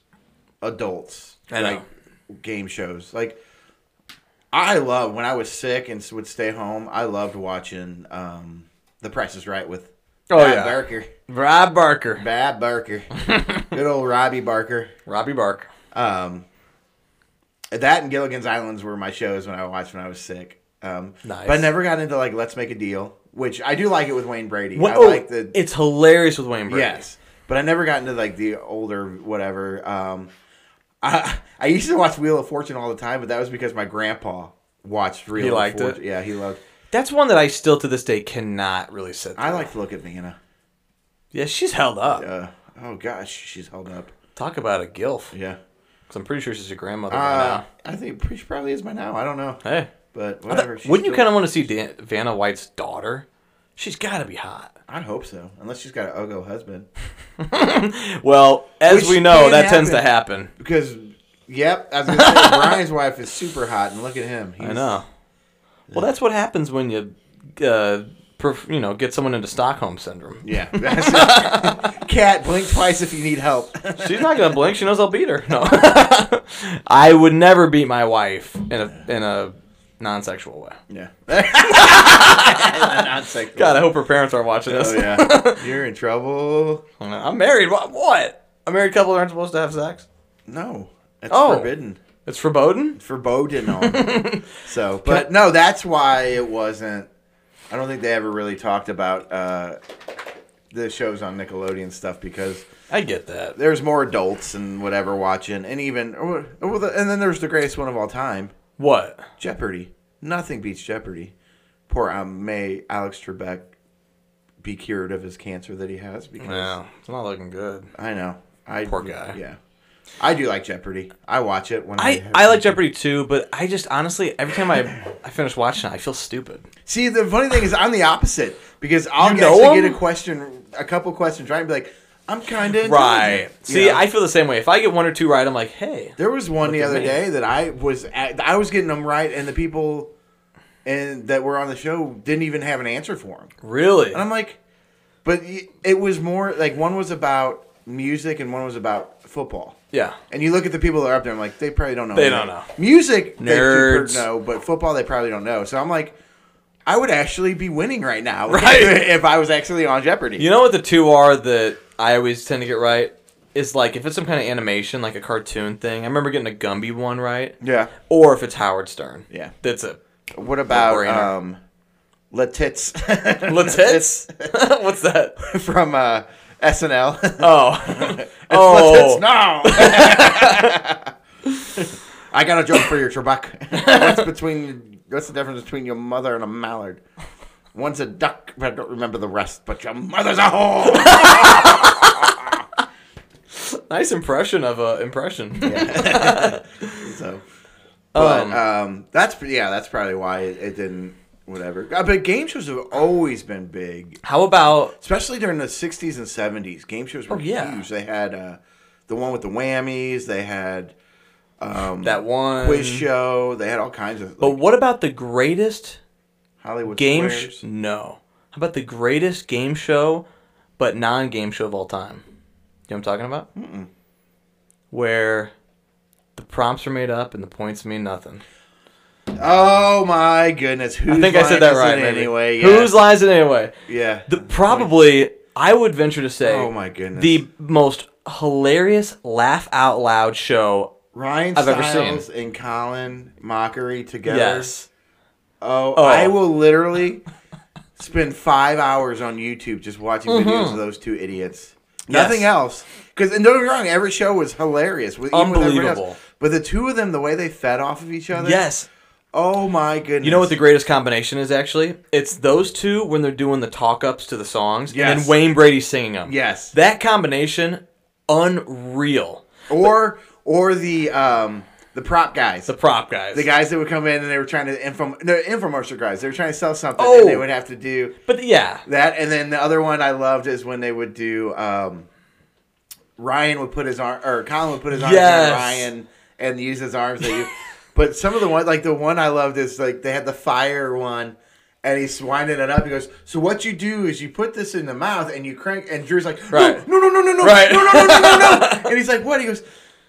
Speaker 2: adults.
Speaker 1: I know.
Speaker 2: like game shows. Like I love when I was sick and s- would stay home. I loved watching um, The Price Is Right with
Speaker 1: Oh,
Speaker 2: Bob
Speaker 1: yeah.
Speaker 2: Barker,
Speaker 1: Rob Barker,
Speaker 2: Bob Barker, good old Robbie Barker.
Speaker 1: Robbie Barker.
Speaker 2: Um, that and Gilligan's Islands were my shows when I watched when I was sick. Um,
Speaker 1: Nice.
Speaker 2: But I never got into like Let's Make a Deal, which I do like it with Wayne Brady.
Speaker 1: What-
Speaker 2: I
Speaker 1: oh,
Speaker 2: like the
Speaker 1: it's hilarious with Wayne Brady.
Speaker 2: yes, but I never got into like the older whatever. Um, I I used to watch Wheel of Fortune all the time, but that was because my grandpa watched Wheel of
Speaker 1: liked it?
Speaker 2: Fortune. Yeah, he loved.
Speaker 1: that's one that I still to this day cannot really sit.
Speaker 2: I
Speaker 1: through.
Speaker 2: like to look at Vanna.
Speaker 1: Yeah, she's held up.
Speaker 2: Uh, oh gosh, she's held up.
Speaker 1: Talk about a gilf.
Speaker 2: Yeah.
Speaker 1: Because I'm pretty sure she's your grandmother
Speaker 2: Uh,
Speaker 1: right
Speaker 2: I think she probably is by now. I don't know,
Speaker 1: now. Hey.
Speaker 2: but whatever. she's
Speaker 1: Wouldn't you
Speaker 2: still-
Speaker 1: kind of want to see Dan- Vanna White's daughter? She's got to be hot.
Speaker 2: I'd hope so, unless she's got an uggo husband.
Speaker 1: Well, as
Speaker 2: Which
Speaker 1: we know,
Speaker 2: can
Speaker 1: that tends to happen.
Speaker 2: Because, yep, I was gonna say Brian's wife is super hot, and look at him. He's,
Speaker 1: I know. Well, that's what happens when you uh, perf- you know, get someone into Stockholm syndrome.
Speaker 2: Yeah. Cat, blink twice if you need help.
Speaker 1: She's not gonna blink. She knows I'll beat her. No, I would never beat my wife in a in a non-sexual way.
Speaker 2: yeah. Not sexual.
Speaker 1: God, I hope her parents aren't watching this.
Speaker 2: Oh yeah. You're in trouble.
Speaker 1: I'm married. What? What? A married couple aren't supposed to have sex.
Speaker 2: No. It's
Speaker 1: Oh.
Speaker 2: forbidden.
Speaker 1: It's forbidden.
Speaker 2: Forbidden on. so but no, that's why it wasn't I don't think they ever really talked about uh the shows on Nickelodeon stuff because
Speaker 1: I get that.
Speaker 2: there's more adults and whatever watching, and even oh, well, the- and then there's the greatest one of all time,
Speaker 1: What?
Speaker 2: Jeopardy. Nothing beats Jeopardy. Poor um, may Alex Trebek be cured of his cancer that he has because
Speaker 1: No, it's not looking good.
Speaker 2: I know I
Speaker 1: Poor guy.
Speaker 2: Yeah, I do like Jeopardy. I watch it when I
Speaker 1: I,
Speaker 2: have-
Speaker 1: I like Jeopardy too, but I just honestly every time I I finish watching it, I feel stupid.
Speaker 2: See, the funny thing is I'm the opposite because I'll
Speaker 1: You
Speaker 2: get-
Speaker 1: know
Speaker 2: actually
Speaker 1: him?
Speaker 2: get a question, a couple questions right, and be like, I'm kind of
Speaker 1: See, I feel the same way. If I get one or two right, I'm like, hey,
Speaker 2: There was one the
Speaker 1: at
Speaker 2: other
Speaker 1: me.
Speaker 2: day that I was at, I was getting them right, and the people and that were on the show didn't even have an answer for them.
Speaker 1: really?
Speaker 2: And I'm like, but y- it was more like one was about music and one was about football.
Speaker 1: yeah.
Speaker 2: And you look at the people that are up there, I'm like, they probably don't know.
Speaker 1: They
Speaker 2: anything.
Speaker 1: don't know.
Speaker 2: music. They super
Speaker 1: Nerds.
Speaker 2: know, but football they probably don't know. So I'm like, I would actually be winning right now,
Speaker 1: Right.
Speaker 2: If I was actually on Jeopardy.
Speaker 1: You know what the two are that I always tend to get right is like if it's some kind of animation, like a cartoon thing. I remember getting a Gumby one right,
Speaker 2: Yeah.
Speaker 1: or if it's Howard Stern.
Speaker 2: Yeah.
Speaker 1: that's it.
Speaker 2: What about
Speaker 1: No-brainer.
Speaker 2: um, La Tits?
Speaker 1: Let's hit. What's that?
Speaker 2: from uh, SNL.
Speaker 1: Oh, oh,
Speaker 2: Oh. no! I got a joke for your Trebek. What's between? What's the difference between your mother and a mallard? One's a duck, but I don't remember the rest. But your mother's a whore.
Speaker 1: nice impression of a impression.
Speaker 2: so, but
Speaker 1: Um.
Speaker 2: um, that's yeah, that's probably why it, it didn't. Whatever. Uh, But game shows have always been big,
Speaker 1: How about
Speaker 2: especially during the '60s and '70s. Game shows were
Speaker 1: Oh, yeah.
Speaker 2: huge. They had uh, the one with the whammies. They had um,
Speaker 1: that one?
Speaker 2: quiz show. They had all kinds of.
Speaker 1: But
Speaker 2: like,
Speaker 1: what about the greatest
Speaker 2: Hollywood
Speaker 1: game?
Speaker 2: Squares.
Speaker 1: Sh- no. How about the greatest game show, but non-game show of all time? You know what I'm talking about? Mm-mm. Where the prompts are made up and the points mean nothing.
Speaker 2: Oh my goodness! Who's
Speaker 1: I think I said that right. maybe.
Speaker 2: Anyway, yeah.
Speaker 1: Whose lies it anyway?
Speaker 2: yeah?
Speaker 1: The probably I would venture to say.
Speaker 2: Oh my goodness.
Speaker 1: The most hilarious laugh out loud show.
Speaker 2: Ryan
Speaker 1: I've ever
Speaker 2: Stiles and Colin Mockery together.
Speaker 1: Yes.
Speaker 2: Oh,
Speaker 1: Oh.
Speaker 2: I will literally spend five hours on YouTube just watching videos of those two idiots. Nothing
Speaker 1: Mm-hmm. Yes.
Speaker 2: else. Because and don't get me wrong, every show was hilarious. With, even with everybody else.
Speaker 1: Unbelievable.
Speaker 2: But the two of them, the way they fed off of each other.
Speaker 1: Yes.
Speaker 2: Oh my goodness.
Speaker 1: You know what the greatest combination is actually? It's those two when they're doing the talk ups to the songs, and
Speaker 2: Yes.
Speaker 1: then Wayne Brady singing them.
Speaker 2: Yes.
Speaker 1: that combination, unreal.
Speaker 2: or or the um the prop guys.
Speaker 1: The prop guys,
Speaker 2: The guys that would come in and they were trying to info, no, infomercial guys. They were trying to sell something,
Speaker 1: Oh.
Speaker 2: and they would have to do
Speaker 1: but yeah,
Speaker 2: that. And then the other one I loved is when they would do. Um, Ryan would put his arm, or Colin would put his arm
Speaker 1: Yes.
Speaker 2: around Ryan and use his arms. That you, but some of the one, like the one I loved is like they had the fire one, and he's winding it up. He goes, "So what you do is you put this in the mouth and you crank." And Drew's like, "No,
Speaker 1: Right.
Speaker 2: no, no, no, no, no,
Speaker 1: Right.
Speaker 2: no, no, no, no, no, no." and he's like, "What?" He goes.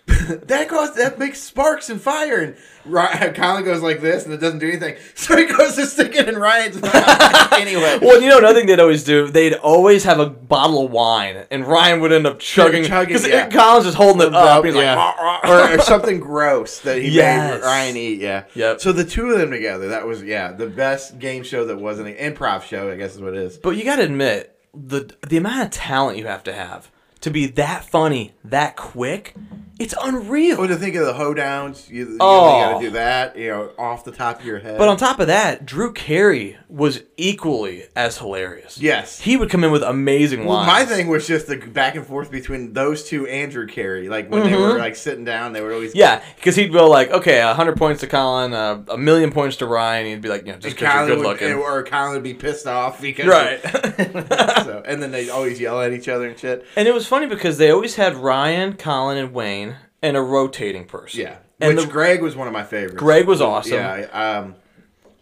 Speaker 2: that goes that makes sparks and fire and Ryan, Colin goes like this and it doesn't do anything so he goes to stick it in Ryan's mouth anyway
Speaker 1: well, you know another thing they'd always do, they'd always have a bottle of wine, and Ryan would end up chugging
Speaker 2: Chugging,
Speaker 1: because
Speaker 2: yeah.
Speaker 1: Collins is holding it up. He's
Speaker 2: yeah.
Speaker 1: like, "Rah, rah."
Speaker 2: or, or something gross that he
Speaker 1: Yes.
Speaker 2: made Ryan eat. Yeah.
Speaker 1: Yep.
Speaker 2: So the two of them together, that was yeah the best game show that wasn't an improv show. I guess is what it is.
Speaker 1: but you gotta admit the the amount of talent you have to have to be that funny, that quick, it's unreal.
Speaker 2: What to think of the hoedowns? You, you
Speaker 1: Oh.
Speaker 2: got to do that. You know, off the top of your head.
Speaker 1: But on top of that, Drew Carey was equally as hilarious.
Speaker 2: Yes.
Speaker 1: He would come in with amazing
Speaker 2: Well,
Speaker 1: lines.
Speaker 2: my thing was just the back and forth between those two Andrew Carey. Like when they were like sitting down, they would always
Speaker 1: Mm-hmm. Yeah, because he'd go like, okay, a 100 points to Colin, uh, a million points to Ryan. He'd be like, you know, just
Speaker 2: And
Speaker 1: because you're
Speaker 2: Colin
Speaker 1: good
Speaker 2: would-
Speaker 1: looking.
Speaker 2: or Colin would be pissed off because
Speaker 1: Right.
Speaker 2: so, and then they always yell at each other and shit.
Speaker 1: and it was funny because they always had Ryan, Colin, and Wayne, and a rotating person.
Speaker 2: Yeah,
Speaker 1: And
Speaker 2: which
Speaker 1: the-
Speaker 2: Greg was one of my favorites.
Speaker 1: Greg was awesome.
Speaker 2: Yeah, um,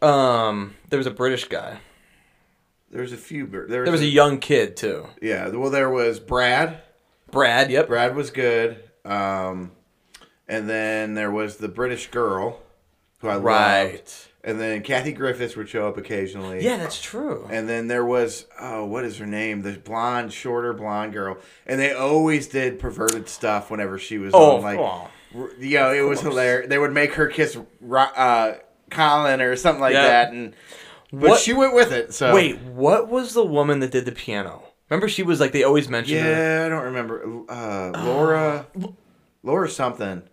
Speaker 1: Um, there was a British guy.
Speaker 2: There was a few. bir- There was,
Speaker 1: There was a young kid too.
Speaker 2: yeah. Well, there was Brad.
Speaker 1: Brad, yep.
Speaker 2: Brad was good. Um, and then there was the British girl, who I loved.
Speaker 1: Right.
Speaker 2: And then Kathy Griffiths would show up occasionally.
Speaker 1: Yeah, that's true.
Speaker 2: And then there was oh, what is her name? The blonde, shorter blonde girl. And they always did perverted stuff whenever she was
Speaker 1: Oh,
Speaker 2: on. Like,
Speaker 1: aw.
Speaker 2: r- you know, it was hilarious. They would make her kiss Ro- uh, Colin or something like
Speaker 1: Yeah.
Speaker 2: that, and but
Speaker 1: What-
Speaker 2: she went with it. So
Speaker 1: Wait, what was the woman that did the piano? Remember, she was like they always mentioned. her.
Speaker 2: yeah, I don't remember uh, Laura,
Speaker 1: Oh.
Speaker 2: Laura something.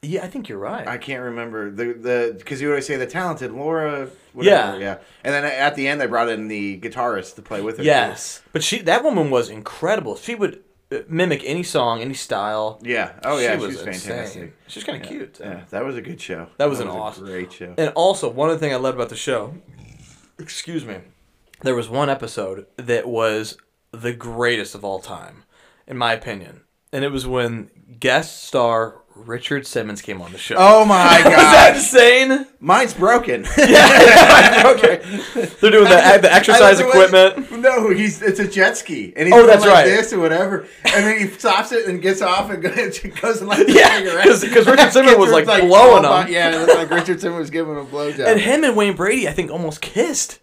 Speaker 1: yeah. I think you're right.
Speaker 2: I can't remember the the because you always say the talented Laura. Whatever, yeah,
Speaker 1: Yeah.
Speaker 2: And then at the end, they brought in the guitarist to play with her. too.
Speaker 1: yes, but she that woman was incredible. She would uh, mimic any song, any style.
Speaker 2: Yeah. Oh yeah, she was,
Speaker 1: insane.
Speaker 2: fantastic.
Speaker 1: She's kind of cute. too.
Speaker 2: Yeah, that was a good show.
Speaker 1: That was an awesome-
Speaker 2: great show.
Speaker 1: And also, one other thing I loved about the show, excuse me, there was one episode that was the greatest of all time, in my opinion. And it was when guest star Richard Simmons came on the show.
Speaker 2: Oh my
Speaker 1: Was that
Speaker 2: god,
Speaker 1: insane?
Speaker 2: mine's broken.
Speaker 1: okay. They're doing the, the exercise
Speaker 2: I love the way-
Speaker 1: equipment.
Speaker 2: No, he's it's a jet ski, and he's
Speaker 1: Oh,
Speaker 2: going
Speaker 1: that's
Speaker 2: like
Speaker 1: right.
Speaker 2: This or whatever, and then he stops it and gets off and goes, goes and lights
Speaker 1: Yeah,
Speaker 2: a cigarette.
Speaker 1: 'cause- 'cause Richard Simmons was, like,
Speaker 2: Richard's
Speaker 1: blowing
Speaker 2: oh my-
Speaker 1: him.
Speaker 2: Yeah, it looked like Richard Simmons was giving him a blowjob.
Speaker 1: And him and Wayne Brady, I think, almost kissed.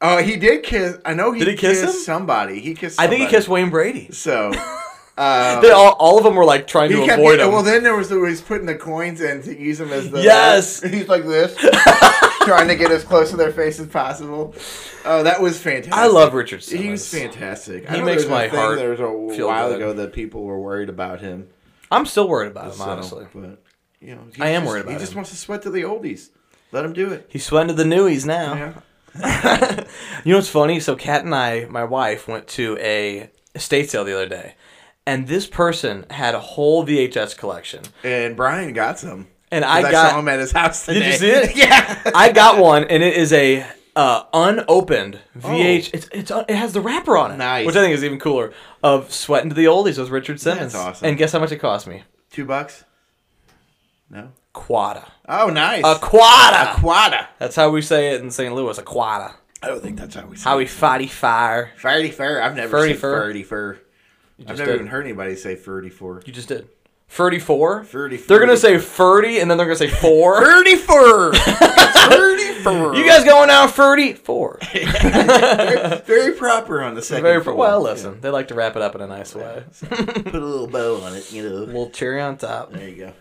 Speaker 2: Oh, he did kiss. I know he
Speaker 1: Did he kiss
Speaker 2: kissed
Speaker 1: him?
Speaker 2: somebody. He kissed.
Speaker 1: I
Speaker 2: Somebody.
Speaker 1: think he kissed Wayne Brady.
Speaker 2: So. Uh,
Speaker 1: They all, all of them were like trying to
Speaker 2: he kept
Speaker 1: avoid
Speaker 2: getting-
Speaker 1: him.
Speaker 2: Well, then there was the, where he's putting the coins in to use them as the.
Speaker 1: Yes.
Speaker 2: he's like this, trying to get as close to their face as possible. Oh, that was fantastic.
Speaker 1: I love Richard Simmons.
Speaker 2: He was fantastic. I
Speaker 1: He
Speaker 2: know
Speaker 1: makes
Speaker 2: there was a
Speaker 1: my
Speaker 2: thing
Speaker 1: heart
Speaker 2: There was a
Speaker 1: feel
Speaker 2: while
Speaker 1: good.
Speaker 2: ago that people were worried about him.
Speaker 1: I'm still worried about him,
Speaker 2: so,
Speaker 1: honestly.
Speaker 2: but you know,
Speaker 1: I am
Speaker 2: he's just-
Speaker 1: worried about
Speaker 2: He just
Speaker 1: him.
Speaker 2: wants to sweat to the oldies. Let him do it.
Speaker 1: He's sweating to the newies now.
Speaker 2: Yeah.
Speaker 1: you know what's funny? So Kat and I, my wife, went to a estate sale the other day, and this person had a whole VHS collection.
Speaker 2: And Brian got some.
Speaker 1: And
Speaker 2: 'Cause
Speaker 1: I got-
Speaker 2: saw him at his house today.
Speaker 1: Did you see it?
Speaker 2: yeah.
Speaker 1: I got one, and it is a uh, unopened VH. It's, it's it has the wrapper on it,
Speaker 2: Oh. Nice.
Speaker 1: which I think is even cooler. Of sweating to the oldies with Richard Simmons.
Speaker 2: awesome.
Speaker 1: And guess how much it cost me?
Speaker 2: Two bucks. No.
Speaker 1: Quada.
Speaker 2: Oh, nice.
Speaker 1: A quada.
Speaker 2: quada.
Speaker 1: That's how we say it in St. Louis. A quada.
Speaker 2: I don't think that's how we say.
Speaker 1: How
Speaker 2: it.
Speaker 1: we fighty fire.
Speaker 2: Farty fur. I've never
Speaker 1: Furry
Speaker 2: said
Speaker 1: fur.
Speaker 2: farty fur. I've
Speaker 1: just
Speaker 2: never
Speaker 1: did.
Speaker 2: even heard anybody say furty fur.
Speaker 1: You just did. 34?
Speaker 2: Furry,
Speaker 1: They're going to
Speaker 2: furry.
Speaker 1: say 30 and then they're going to say 4.
Speaker 2: Furry fur. Furry fur.
Speaker 1: You guys going out 34?
Speaker 2: very, very proper on the second.
Speaker 1: Very
Speaker 2: floor.
Speaker 1: well, listen. They like to wrap it up in a nice way.
Speaker 2: Put a little bow on it, you know.
Speaker 1: little cherry on top.
Speaker 2: There you go.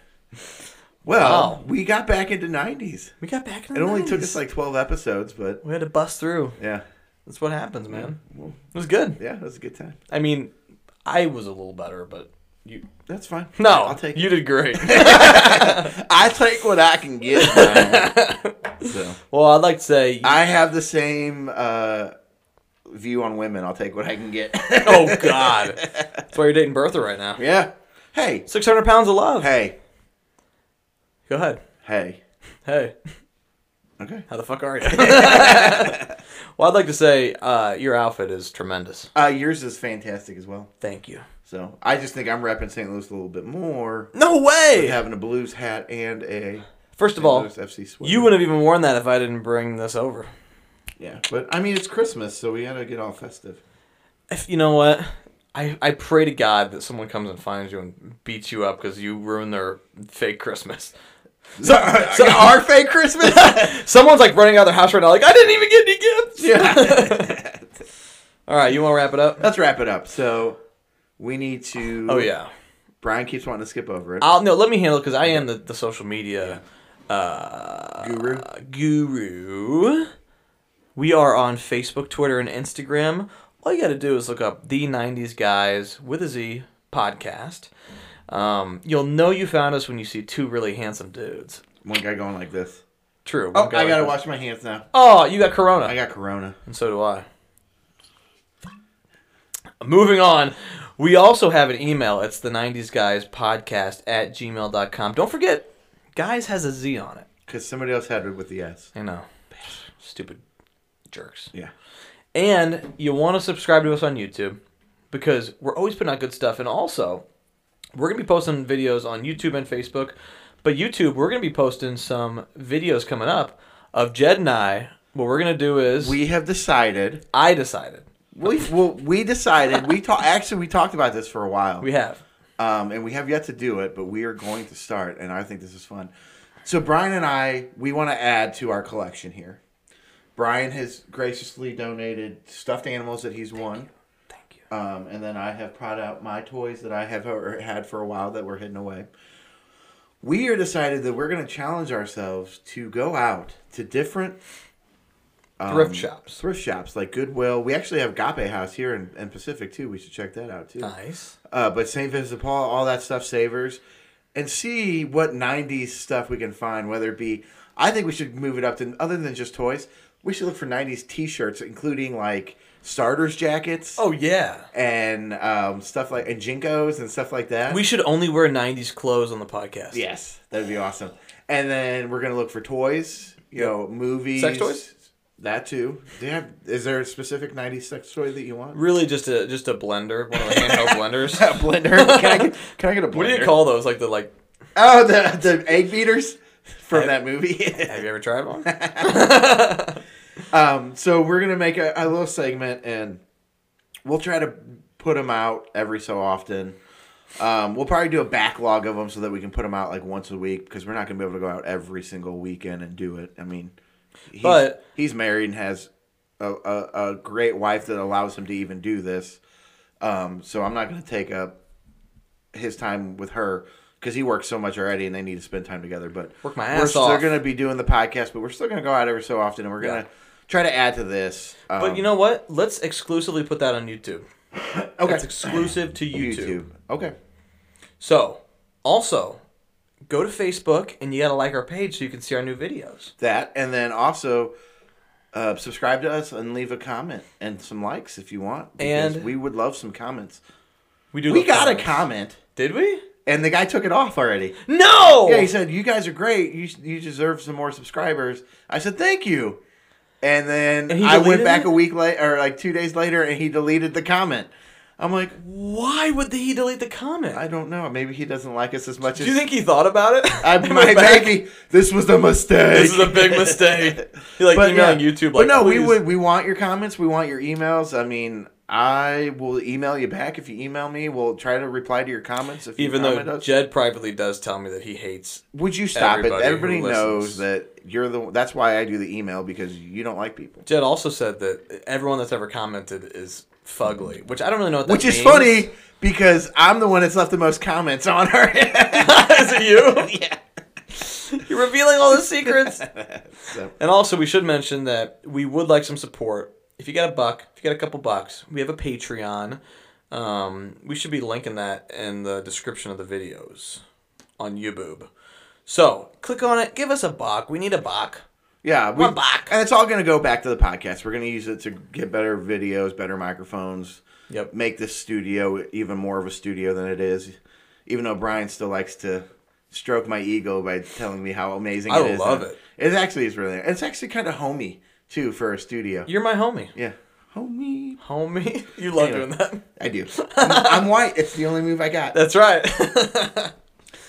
Speaker 2: Well,
Speaker 1: Wow.
Speaker 2: we got back into nineties.
Speaker 1: We got back in
Speaker 2: It
Speaker 1: the
Speaker 2: only took
Speaker 1: 90s.
Speaker 2: us like twelve episodes, but
Speaker 1: We had to bust through.
Speaker 2: yeah,
Speaker 1: That's what happens, man.
Speaker 2: well-
Speaker 1: It was good.
Speaker 2: yeah, it was a good time.
Speaker 1: I mean, I was a little better, but you.
Speaker 2: That's fine.
Speaker 1: No,
Speaker 2: I'll take.
Speaker 1: you did great.
Speaker 2: I take what I can get. Brian. so
Speaker 1: well, I'd like to say.
Speaker 2: I have the same uh, view on women. I'll take what I can get.
Speaker 1: oh, God. That's why you're dating Bertha right now.
Speaker 2: yeah. Hey.
Speaker 1: 600 pounds of love.
Speaker 2: Hey.
Speaker 1: Go ahead.
Speaker 2: Hey.
Speaker 1: Hey.
Speaker 2: Okay.
Speaker 1: How the fuck are you? well, I'd like to say uh, your outfit is tremendous.
Speaker 2: Uh, yours is fantastic as well.
Speaker 1: Thank you.
Speaker 2: So I just think I'm repping St. Louis a little bit more.
Speaker 1: No way.
Speaker 2: Having a blues hat and a
Speaker 1: First
Speaker 2: St.
Speaker 1: of all,
Speaker 2: Louis FC sweater.
Speaker 1: you wouldn't have even worn that if I didn't bring this over.
Speaker 2: Yeah, but I mean it's Christmas, so we gotta get all festive.
Speaker 1: If you know what, I I pray to God that someone comes and finds you and beats you up because you ruined their fake Christmas.
Speaker 2: So,
Speaker 1: so-
Speaker 2: our fake Christmas.
Speaker 1: Someone's like running out of their house right now, like I didn't even get any gifts.
Speaker 2: yeah.
Speaker 1: all right, you want to wrap it up?
Speaker 2: Let's wrap it up. So we need to.
Speaker 1: Oh yeah.
Speaker 2: Brian keeps wanting to skip over it.
Speaker 1: I'll no. Let me handle because I am the, the social media uh,
Speaker 2: Guru.
Speaker 1: guru. We are on Facebook, Twitter, and Instagram. All you got to do is look up the '90s guys with a Z podcast. Um, you'll know you found us when you see two really handsome dudes.
Speaker 2: One guy going like this.
Speaker 1: True.
Speaker 2: Oh,
Speaker 1: one guy
Speaker 2: I gotta
Speaker 1: like
Speaker 2: wash my hands now.
Speaker 1: that. Oh, you got Corona,
Speaker 2: I got Corona.
Speaker 1: and so do I. Moving on, we also have an email. It's the '90s guys podcast at gmail.com. Don't forget, guys has a Z on it.
Speaker 2: Cause somebody else had it with the S.
Speaker 1: I know. Stupid jerks.
Speaker 2: Yeah.
Speaker 1: And you want to subscribe to us on YouTube because we're always putting out good stuff. And also, we're going to be posting videos on YouTube and Facebook. But YouTube, we're going to be posting some videos coming up of Jed and I What we're gonna do is
Speaker 2: We have decided.
Speaker 1: I decided
Speaker 2: We well, we decided. We talk. Actually, we talked about this for a while.
Speaker 1: we have
Speaker 2: um, and we have yet to do it, but we are going to start, and I think this is fun. So Brian and I, we want to add to our collection here. Brian has graciously donated stuffed animals that he's won,
Speaker 1: thank you
Speaker 2: um, and then I have brought out my toys that I have or had for a while that were hidden away. We are decided that we're going to challenge ourselves to go out to different um,
Speaker 1: thrift shops.
Speaker 2: thrift shops like Goodwill. We actually have Gape House here in, in Pacific too. We should check that out too
Speaker 1: Nice.
Speaker 2: uh, but St. Vincent de Paul, all that stuff, Savers, and see what 90s stuff we can find, whether it be, I think we should move it up to, other than just toys, we should look for 90s t shirts, including like starters jackets
Speaker 1: Oh yeah.
Speaker 2: and um, stuff like, and Jinkos and stuff like that.
Speaker 1: We should only wear '90s clothes on the podcast.
Speaker 2: yes, that'd be awesome. And then we're going to look for toys, you know, movies.
Speaker 1: Sex toys?
Speaker 2: That too. Do you have, is there a specific 90s sex toy that you want?
Speaker 1: Really, just a just a blender, one of the handheld blenders.
Speaker 2: A blender. Can I get, can I get a blender?
Speaker 1: What do you call those? Like the like.
Speaker 2: Oh, the the egg beaters from
Speaker 1: Have-
Speaker 2: that movie.
Speaker 1: Have you ever tried one?
Speaker 2: um, so we're gonna make a, a little segment, and we'll try to put them out every so often. Um, we'll probably do a backlog of them so that we can put them out like once a week because we're not gonna be able to go out every single weekend and do it. I mean, he's,
Speaker 1: But-
Speaker 2: he's married and has a, a, a great wife that allows him to even do this. Um, so I'm not gonna take up his time with her because he works so much already and they need to spend time together. But
Speaker 1: Work my
Speaker 2: we're
Speaker 1: ass
Speaker 2: still
Speaker 1: off.
Speaker 2: gonna be doing the podcast, but we're still gonna go out every so often and we're gonna
Speaker 1: Yeah.
Speaker 2: try to add to this. um,
Speaker 1: but you know what? Let's exclusively put that on YouTube.
Speaker 2: okay,
Speaker 1: It's exclusive to YouTube.
Speaker 2: Okay,
Speaker 1: So, also, go to Facebook and you gotta like our page so you can see our new videos.
Speaker 2: that and then also. Uh, subscribe to us and leave a comment and some likes if you want. because
Speaker 1: And-
Speaker 2: we would love some comments.
Speaker 1: We do.
Speaker 2: we
Speaker 1: love
Speaker 2: got
Speaker 1: comments.
Speaker 2: a comment,
Speaker 1: Did we?
Speaker 2: and the guy took it off already.
Speaker 1: No.
Speaker 2: Yeah, he said, "You guys are great. You you deserve some more subscribers." I said, "Thank you." And then
Speaker 1: And he
Speaker 2: I went
Speaker 1: deleted
Speaker 2: back
Speaker 1: it?
Speaker 2: a week later, or like two days later, and he deleted the comment. I'm like,
Speaker 1: Why would he delete the comment?
Speaker 2: I don't know. Maybe he doesn't like us as much
Speaker 1: do
Speaker 2: as
Speaker 1: you think he thought about it?
Speaker 2: I
Speaker 1: He
Speaker 2: might
Speaker 1: went back,
Speaker 2: maybe this was a mistake.
Speaker 1: This is a big mistake. He like
Speaker 2: But
Speaker 1: emailing
Speaker 2: yeah.
Speaker 1: YouTube
Speaker 2: but
Speaker 1: like.
Speaker 2: no, we
Speaker 1: "Please."
Speaker 2: would we want your comments. We want your emails. I mean, I will email you back if you email me. We'll try to reply to your comments if
Speaker 1: Even
Speaker 2: you comment
Speaker 1: though
Speaker 2: us.
Speaker 1: Jed privately does tell me that he hates.
Speaker 2: Would you stop
Speaker 1: Everybody
Speaker 2: it?
Speaker 1: who
Speaker 2: Everybody knows
Speaker 1: listens.
Speaker 2: that you're the. That's why I do the email because you don't like people.
Speaker 1: Jed also said that everyone that's ever commented is fugly, which I don't really know what that
Speaker 2: Which is
Speaker 1: means.
Speaker 2: funny because I'm the one that's left the most comments on her.
Speaker 1: is it you? yeah. You're revealing all the secrets.
Speaker 2: So,
Speaker 1: And also, we should mention that we would like some support. If you got a buck, if you got a couple bucks, we have a Patreon. Um, we should be linking that in the description of the videos on YouTube. So click on it. Give us a buck. We need a buck.
Speaker 2: yeah, we,
Speaker 1: One back.
Speaker 2: and it's all going to go back to the podcast. We're going to use it to get better videos, better microphones.
Speaker 1: Yep.
Speaker 2: Make this studio even more of a studio than it is. Even though Brian still likes to stroke my ego by telling me how amazing
Speaker 1: I
Speaker 2: it is.
Speaker 1: love it.
Speaker 2: It actually is really. It's actually kind of homey too for a studio.
Speaker 1: You're my homie.
Speaker 2: yeah, homey.
Speaker 1: Homie, you love
Speaker 2: Anyway.
Speaker 1: doing that.
Speaker 2: I do. I'm, I'm white. It's the only move I got.
Speaker 1: That's right.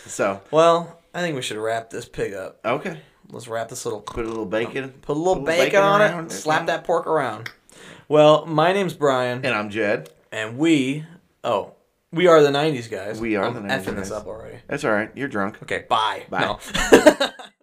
Speaker 2: So
Speaker 1: well, I think we should wrap this pig up.
Speaker 2: okay,
Speaker 1: Let's wrap this little
Speaker 2: put a little bacon.
Speaker 1: put a little, bacon, on
Speaker 2: around
Speaker 1: it. Slap that pork around. Well, my name's Brian.
Speaker 2: And I'm Jed.
Speaker 1: And we, oh, we are the '90s guys.
Speaker 2: We are
Speaker 1: I'm
Speaker 2: the 90s
Speaker 1: effing this
Speaker 2: guys.
Speaker 1: up already.
Speaker 2: That's all right. You're drunk.
Speaker 1: Okay, bye.
Speaker 2: Bye.
Speaker 1: No.